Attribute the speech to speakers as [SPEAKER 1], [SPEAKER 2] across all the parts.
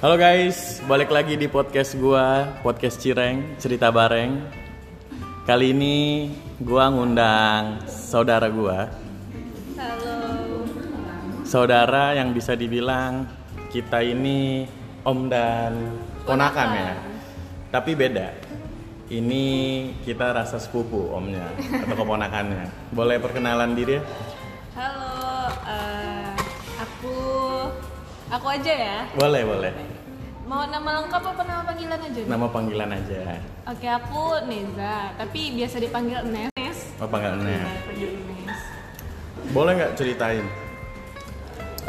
[SPEAKER 1] Halo guys, balik lagi di podcast gua, podcast Cireng, cerita bareng. Kali ini gua ngundang saudara gua,
[SPEAKER 2] Halo.
[SPEAKER 1] saudara yang bisa dibilang kita ini om dan ponakan ya. Tapi beda. Ini kita rasa sepupu omnya atau keponakannya. Boleh perkenalan diri ya?
[SPEAKER 2] Halo. eh, aku aku aja ya.
[SPEAKER 1] Boleh, boleh.
[SPEAKER 2] Mau nama lengkap apa nama panggilan aja? nih?
[SPEAKER 1] Nama panggilan aja.
[SPEAKER 2] Oke, aku Neza, tapi biasa dipanggil Nes.
[SPEAKER 1] Apa panggilannya?
[SPEAKER 2] Nah, dipanggil Nes.
[SPEAKER 1] Boleh nggak ceritain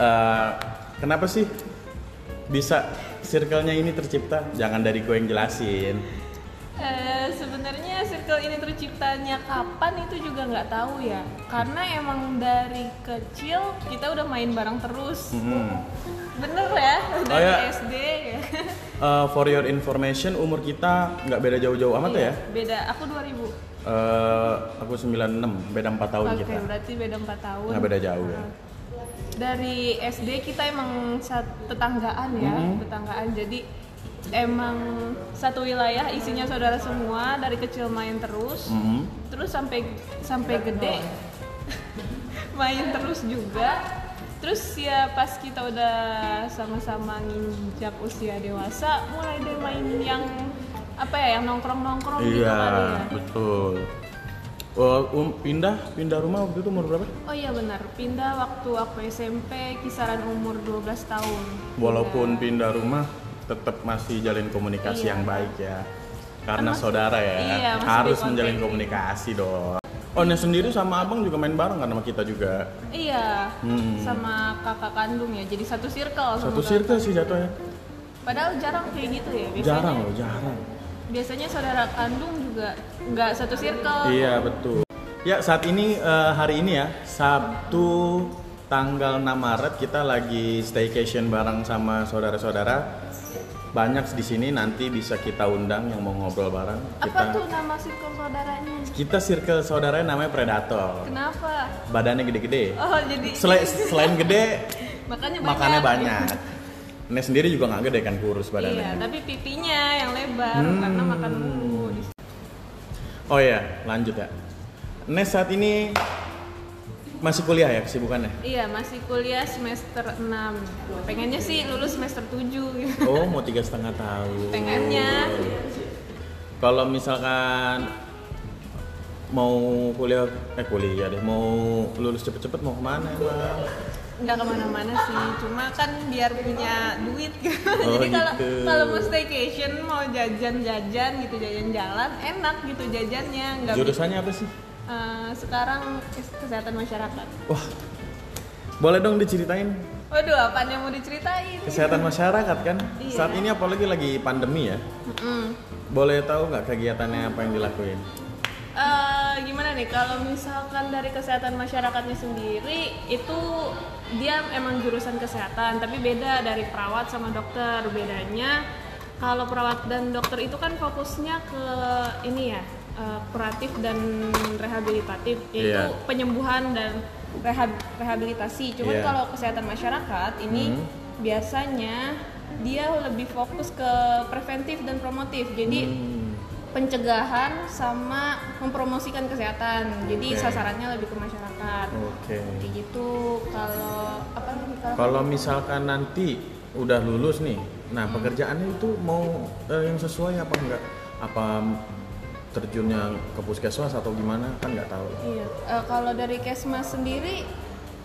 [SPEAKER 1] Eh, kenapa sih bisa circle-nya ini tercipta? Jangan dari gue yang jelasin.
[SPEAKER 2] Eh, sebenarnya circle ini terciptanya kapan itu juga nggak tahu ya karena emang dari kecil kita udah main bareng terus
[SPEAKER 1] Mhm.
[SPEAKER 2] bener ya
[SPEAKER 1] Oh,
[SPEAKER 2] dari
[SPEAKER 1] ya.
[SPEAKER 2] SD ya
[SPEAKER 1] Eh, for your information, umur kita nggak beda jauh-jauh amat ya.
[SPEAKER 2] beda aku 2000
[SPEAKER 1] Eh, aku 96, beda 4 tahun
[SPEAKER 2] Oke,
[SPEAKER 1] kita.
[SPEAKER 2] berarti beda 4 tahun.
[SPEAKER 1] Nggak Oh, iya. beda jauh ya.
[SPEAKER 2] Dari SD kita emang sat- tetanggaan ya,
[SPEAKER 1] Mhm.
[SPEAKER 2] tetanggaan. Jadi emang satu wilayah isinya saudara semua dari kecil main terus.
[SPEAKER 1] Mhm.
[SPEAKER 2] Terus sampai sampai gede main terus juga. Terus ya pas kita udah sama-sama nginjak usia dewasa, mulai deh main yang apa ya, yang nongkrong-nongkrong gitu
[SPEAKER 1] Iya,
[SPEAKER 2] kali ya.
[SPEAKER 1] betul. Oh, um, pindah pindah rumah waktu itu umur berapa?
[SPEAKER 2] Oh iya benar, pindah waktu aku SMP kisaran umur 12 tahun.
[SPEAKER 1] Walaupun
[SPEAKER 2] Pindah.
[SPEAKER 1] pindah rumah, tetap masih jalin komunikasi
[SPEAKER 2] Iya.
[SPEAKER 1] yang baik ya. Karena
[SPEAKER 2] Kan masih-
[SPEAKER 1] saudara ya,
[SPEAKER 2] iya, masih
[SPEAKER 1] harus
[SPEAKER 2] dikontak.
[SPEAKER 1] menjalin komunikasi dong. Oh, Nes sendiri sama abang juga main bareng kan sama kita juga.
[SPEAKER 2] Iya,
[SPEAKER 1] Hmm.
[SPEAKER 2] sama kakak kandung ya. Jadi satu circle sama
[SPEAKER 1] Satu
[SPEAKER 2] kakak.
[SPEAKER 1] circle sih jatuhnya.
[SPEAKER 2] Padahal jarang kayak gitu ya. Biasanya,
[SPEAKER 1] Jarang loh, jarang.
[SPEAKER 2] Biasanya saudara kandung juga nggak satu circle.
[SPEAKER 1] Iya, betul. Ya, saat ini eh, hari ini ya, Sabtu tanggal 6 Maret kita lagi staycation bareng sama saudara-saudara. Banyak di sini nanti bisa kita undang yang mau ngobrol bareng.
[SPEAKER 2] Apa
[SPEAKER 1] Kita
[SPEAKER 2] tuh nama circle saudaranya?
[SPEAKER 1] kita circle saudaranya namanya Predator.
[SPEAKER 2] Kenapa?
[SPEAKER 1] badannya gede-gede.
[SPEAKER 2] Oh jadi
[SPEAKER 1] Selain, selain gede,
[SPEAKER 2] makannya banyak.
[SPEAKER 1] makannya banyak. Nes sendiri juga nggak gede kan kurus
[SPEAKER 2] Iya,
[SPEAKER 1] badannya.
[SPEAKER 2] tapi pipinya yang lebar
[SPEAKER 1] Hmm.
[SPEAKER 2] karena makan mulu.
[SPEAKER 1] Oh iya, lanjut ya. Nes saat ini masih kuliah ya kesibukannya?
[SPEAKER 2] Iya, masih kuliah semester 6. Pengennya sih lulus semester 7 gitu.
[SPEAKER 1] Oh, mau tiga setengah tahun.
[SPEAKER 2] Pengennya.
[SPEAKER 1] Kalau misalkan mau kuliah, eh kuliah deh, mau lulus cepet-cepet mau kemana emang?
[SPEAKER 2] nggak kemana-mana sih cuma kan biar punya duit
[SPEAKER 1] Oh,
[SPEAKER 2] jadi kalau
[SPEAKER 1] gitu.
[SPEAKER 2] kalau mau staycation mau jajan-jajan gitu jajan jalan enak gitu jajannya nggak bi-
[SPEAKER 1] Jurusannya apa sih?
[SPEAKER 2] Eh, sekarang kes- kesehatan masyarakat
[SPEAKER 1] Wah, boleh dong diceritain
[SPEAKER 2] waduh apaan yang mau diceritain
[SPEAKER 1] kesehatan masyarakat kan?
[SPEAKER 2] Iya.
[SPEAKER 1] Saat ini apalagi lagi pandemi ya?
[SPEAKER 2] Mm-mm.
[SPEAKER 1] Boleh tahu nggak kegiatannya apa yang dilakuin?
[SPEAKER 2] Eh, gimana nih kalau misalkan dari kesehatan masyarakatnya sendiri itu dia emang jurusan kesehatan tapi beda dari perawat sama dokter bedanya kalau perawat dan dokter itu kan fokusnya ke ini ya eh, kuratif dan rehabilitatif yaitu
[SPEAKER 1] Iya.
[SPEAKER 2] penyembuhan dan rehab- rehabilitasi cuman
[SPEAKER 1] Iya.
[SPEAKER 2] kalau kesehatan masyarakat ini
[SPEAKER 1] Hmm.
[SPEAKER 2] biasanya dia lebih fokus ke preventif dan promotif jadi
[SPEAKER 1] Hmm,
[SPEAKER 2] pencegahan sama mempromosikan kesehatan. Jadi
[SPEAKER 1] Oke.
[SPEAKER 2] sasarannya lebih ke masyarakat.
[SPEAKER 1] Oke.
[SPEAKER 2] Jadi gitu kalau apa lagi kalau
[SPEAKER 1] Kalau misalkan nanti udah lulus nih, nah pekerjaannya itu mau eh, yang sesuai apa enggak? Apa terjunnya ke puskesmas atau gimana kan nggak tahu.
[SPEAKER 2] Iya. Eh, kalau dari Kesmas sendiri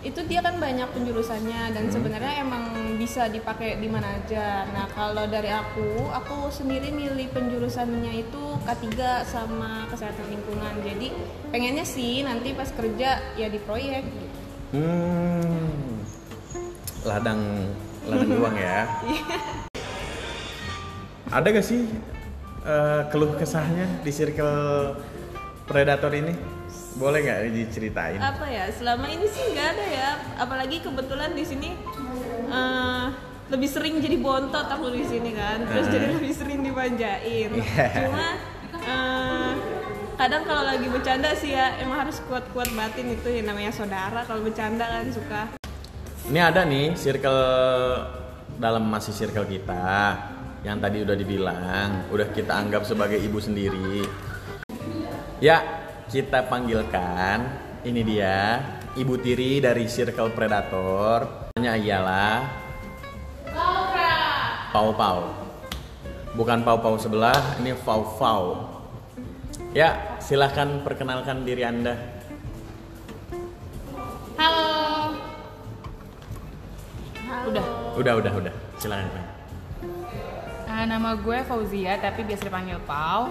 [SPEAKER 2] itu dia kan banyak penjurusannya
[SPEAKER 1] Hmm.
[SPEAKER 2] dan sebenarnya emang bisa dipakai di mana aja. Nah, kalau dari aku, aku sendiri milih penjurusannya itu K3 sama kesehatan lingkungan. Jadi pengennya sih nanti pas kerja ya di proyek gitu.
[SPEAKER 1] Hmm, ladang ladang uang ya. Ada gak sih eh, keluh kesahnya di circle predator ini? Boleh nggak diceritain?
[SPEAKER 2] apa ya selama ini sih nggak ada ya apalagi kebetulan di sini eh, lebih sering jadi bontot aku di sini kan terus
[SPEAKER 1] Ah.
[SPEAKER 2] jadi lebih sering dimanjain
[SPEAKER 1] Iya.
[SPEAKER 2] cuma eh, kadang kalau lagi bercanda sih ya emang harus kuat-kuat batin itu ya namanya saudara kalau bercanda kan suka
[SPEAKER 1] Ini ada nih circle dalam masih circle kita yang tadi udah dibilang udah kita anggap sebagai ibu sendiri ya kita panggilkan ini dia ibu tiri dari circle predator hanya ialah pau pau bukan pau pau sebelah ini fau fau ya silahkan perkenalkan diri anda
[SPEAKER 3] Halo. Udah.
[SPEAKER 1] udah udah udah silahkan Pak.
[SPEAKER 3] Ah, nama gue Fauzia tapi biasa dipanggil Pau.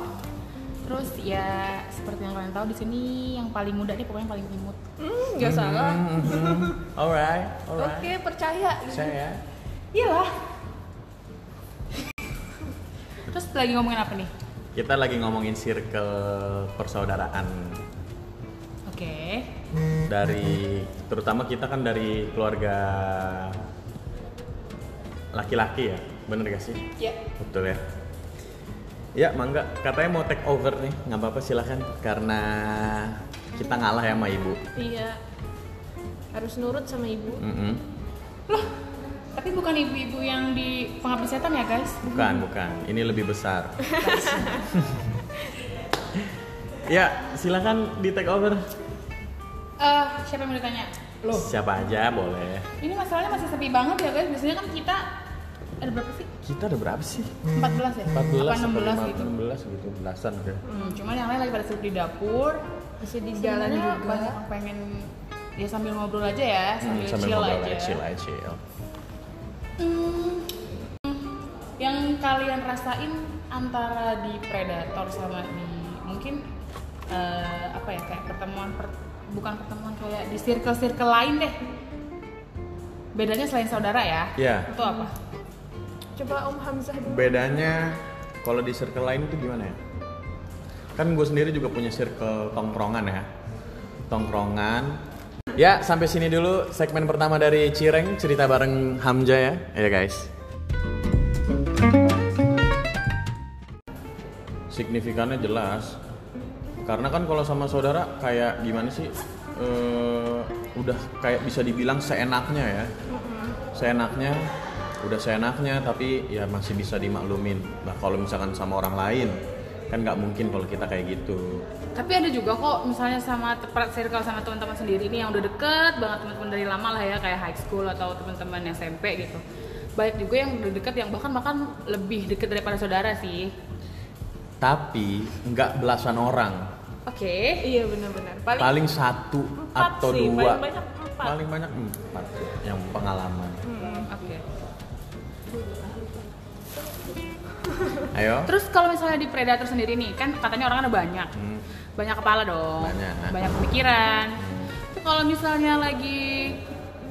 [SPEAKER 3] Terus ya seperti yang kalian tahu di sini yang paling muda nih pokoknya yang paling imut.
[SPEAKER 2] Hmm, nggak salah.
[SPEAKER 1] alright
[SPEAKER 2] Oke,
[SPEAKER 1] alright
[SPEAKER 2] percaya.
[SPEAKER 1] saya ya.
[SPEAKER 2] Iyalah.
[SPEAKER 3] Terus lagi ngomongin apa nih?
[SPEAKER 1] kita lagi ngomongin circle persaudaraan
[SPEAKER 3] Oke.
[SPEAKER 1] dari terutama kita kan dari keluarga laki-laki ya bener gak sih
[SPEAKER 2] Ya.
[SPEAKER 1] betul ya ya mangga katanya mau take over nih nggak apa-apa silahkan karena kita ngalah ya sama ibu
[SPEAKER 2] Iya. Harus nurut sama ibu.
[SPEAKER 1] Mm-mm.
[SPEAKER 3] Loh, tapi bukan ibu-ibu yang di pengabdi setan ya guys?
[SPEAKER 1] bukan bukan ini lebih besar ya silahkan di take over
[SPEAKER 3] Eh, siapa yang mau ditanya? Loh,
[SPEAKER 1] siapa aja boleh
[SPEAKER 3] ini masalahnya masih sepi banget ya guys. Biasanya kan kita ada berapa sih?
[SPEAKER 1] kita udah berapa sih
[SPEAKER 3] 14 ya?
[SPEAKER 1] 14
[SPEAKER 3] Apa
[SPEAKER 1] atau
[SPEAKER 3] 16 gitu?
[SPEAKER 1] 16 gitu belasan udah
[SPEAKER 3] Hmm, cuman yang lain lagi pada sibuk di dapur,
[SPEAKER 2] Masih di
[SPEAKER 3] jalan juga banyak yang pengen ya sambil ngobrol aja ya,
[SPEAKER 1] Hmm,
[SPEAKER 3] sambil,
[SPEAKER 1] sambil
[SPEAKER 3] chill
[SPEAKER 1] ngobrol
[SPEAKER 3] aja.
[SPEAKER 1] aja, chill aja, chill.
[SPEAKER 3] Hmm, yang kalian rasain antara di predator sama di mungkin eh, apa ya kayak pertemuan per- bukan pertemuan kayak di circle-circle lain deh. Bedanya selain saudara ya?
[SPEAKER 1] Iya.
[SPEAKER 3] Itu apa?
[SPEAKER 2] Coba Om Hamzah dulu.
[SPEAKER 1] Bedanya kalau di circle lain itu gimana ya? Kan gue sendiri juga punya circle tongkrongan ya. Tongkrongan. Ya, sampai sini dulu segmen pertama dari Cireng cerita bareng Hamja ya. Iya guys. Signifikannya jelas. Karena kan kalau sama saudara kayak gimana sih? Eh, udah kayak bisa dibilang seenaknya ya. seenaknya udah seenaknya tapi ya masih bisa dimaklumin nah kalau misalkan sama orang lain kan nggak mungkin kalau kita kayak gitu
[SPEAKER 3] Tapi ada juga kok misalnya sama tempat circle sama teman-teman sendiri ini yang udah deket banget teman-teman dari lama lah ya kayak high school atau teman-teman SMP gitu. Baik juga yang udah deket yang bahkan bahkan lebih deket daripada saudara sih.
[SPEAKER 1] tapi nggak belasan orang
[SPEAKER 3] Oke.
[SPEAKER 2] Iya benar-benar. Paling,
[SPEAKER 1] paling satu
[SPEAKER 2] Empat
[SPEAKER 1] atau
[SPEAKER 2] sih,
[SPEAKER 1] dua
[SPEAKER 2] paling banyak empat. Hmm.
[SPEAKER 1] paling banyak empat yang pengalaman
[SPEAKER 3] Oke.
[SPEAKER 1] ayo
[SPEAKER 3] Terus kalau misalnya di predator sendiri nih kan katanya orang ada banyak.
[SPEAKER 1] Hmm.
[SPEAKER 3] Banyak kepala dong.
[SPEAKER 1] Banyak.
[SPEAKER 3] pemikiran. Itu kalau misalnya lagi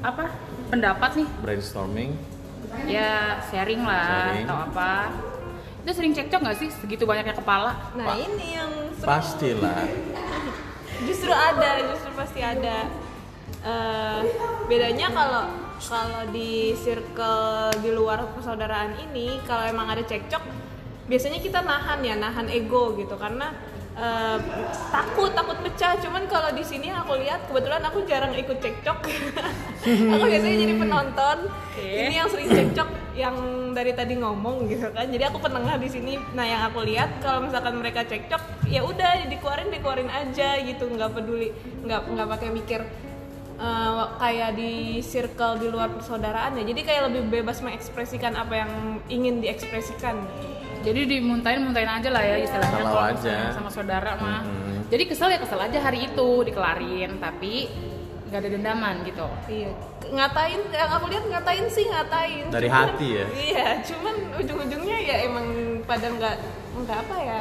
[SPEAKER 3] apa? pendapat nih
[SPEAKER 1] brainstorming
[SPEAKER 3] ya sharing lah
[SPEAKER 1] Sharing.
[SPEAKER 3] atau apa itu sering cekcok nggak sih segitu banyaknya kepala
[SPEAKER 2] Nah
[SPEAKER 1] Pa-
[SPEAKER 2] ini yang seru.
[SPEAKER 1] pastilah
[SPEAKER 2] justru ada, justru pasti ada. Eh, bedanya kalau kalau di circle di luar persaudaraan ini, kalau emang ada cekcok, biasanya kita nahan ya, nahan ego gitu karena eh, takut takut pecah. Cuman kalau di sini yang aku lihat kebetulan aku jarang ikut cekcok. aku biasanya jadi penonton. Ini yang sering cekcok yang dari tadi ngomong gitu kan. Jadi aku penengah di sini. Nah, yang aku lihat kalau misalkan mereka cekcok, ya udah dikeluarin dikeluarin aja gitu, nggak peduli, nggak nggak pakai mikir eh, kayak di circle di luar persaudaraan ya. Jadi kayak lebih bebas mengekspresikan apa yang ingin diekspresikan.
[SPEAKER 3] jadi dimuntahin muntahin aja lah ya istilahnya
[SPEAKER 1] Kalau
[SPEAKER 3] kalau
[SPEAKER 1] aja.
[SPEAKER 3] misalnya sama saudara mah
[SPEAKER 1] Mm-mm.
[SPEAKER 3] jadi kesel ya kesel aja hari itu dikelarin tapi nggak ada dendaman gitu
[SPEAKER 2] Iya, ngatain yang aku lihat ngatain sih ngatain.
[SPEAKER 1] Dari
[SPEAKER 2] Cuman-
[SPEAKER 1] hati ya?
[SPEAKER 2] Iya, cuman ujung-ujungnya ya emang pada nggak nggak apa ya.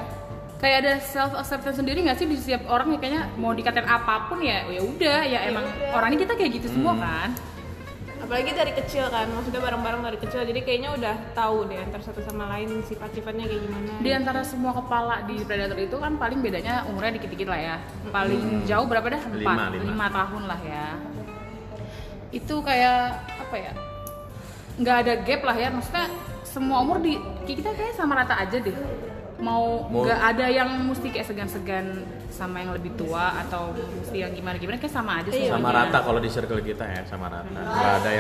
[SPEAKER 3] kayak ada self acceptance sendiri nggak sih di setiap orang ya kayaknya mau dikatain apapun ya ya udah ya emang
[SPEAKER 2] udah.
[SPEAKER 3] orangnya kita kayak gitu semua kan
[SPEAKER 2] apalagi dari kecil kan maksudnya bareng-bareng dari kecil jadi kayaknya udah tahu deh antar satu sama lain sifat-sifatnya kayak gimana
[SPEAKER 3] di antara semua kepala di predator itu kan paling bedanya umurnya dikit-dikit lah ya paling jauh berapa dah empat
[SPEAKER 1] Hmm. Lima, lima.
[SPEAKER 3] lima, tahun lah ya itu kayak apa ya nggak ada gap lah ya maksudnya semua umur di kita kayak sama rata aja deh mau
[SPEAKER 1] Mau-
[SPEAKER 3] nggak ada yang mesti kayak segan-segan sama yang lebih tua atau mesti yang gimana gimana kayak sama aja
[SPEAKER 2] Iya,
[SPEAKER 1] sama
[SPEAKER 3] semuanya.
[SPEAKER 1] rata kalau di circle kita ya sama rata nggak ada yang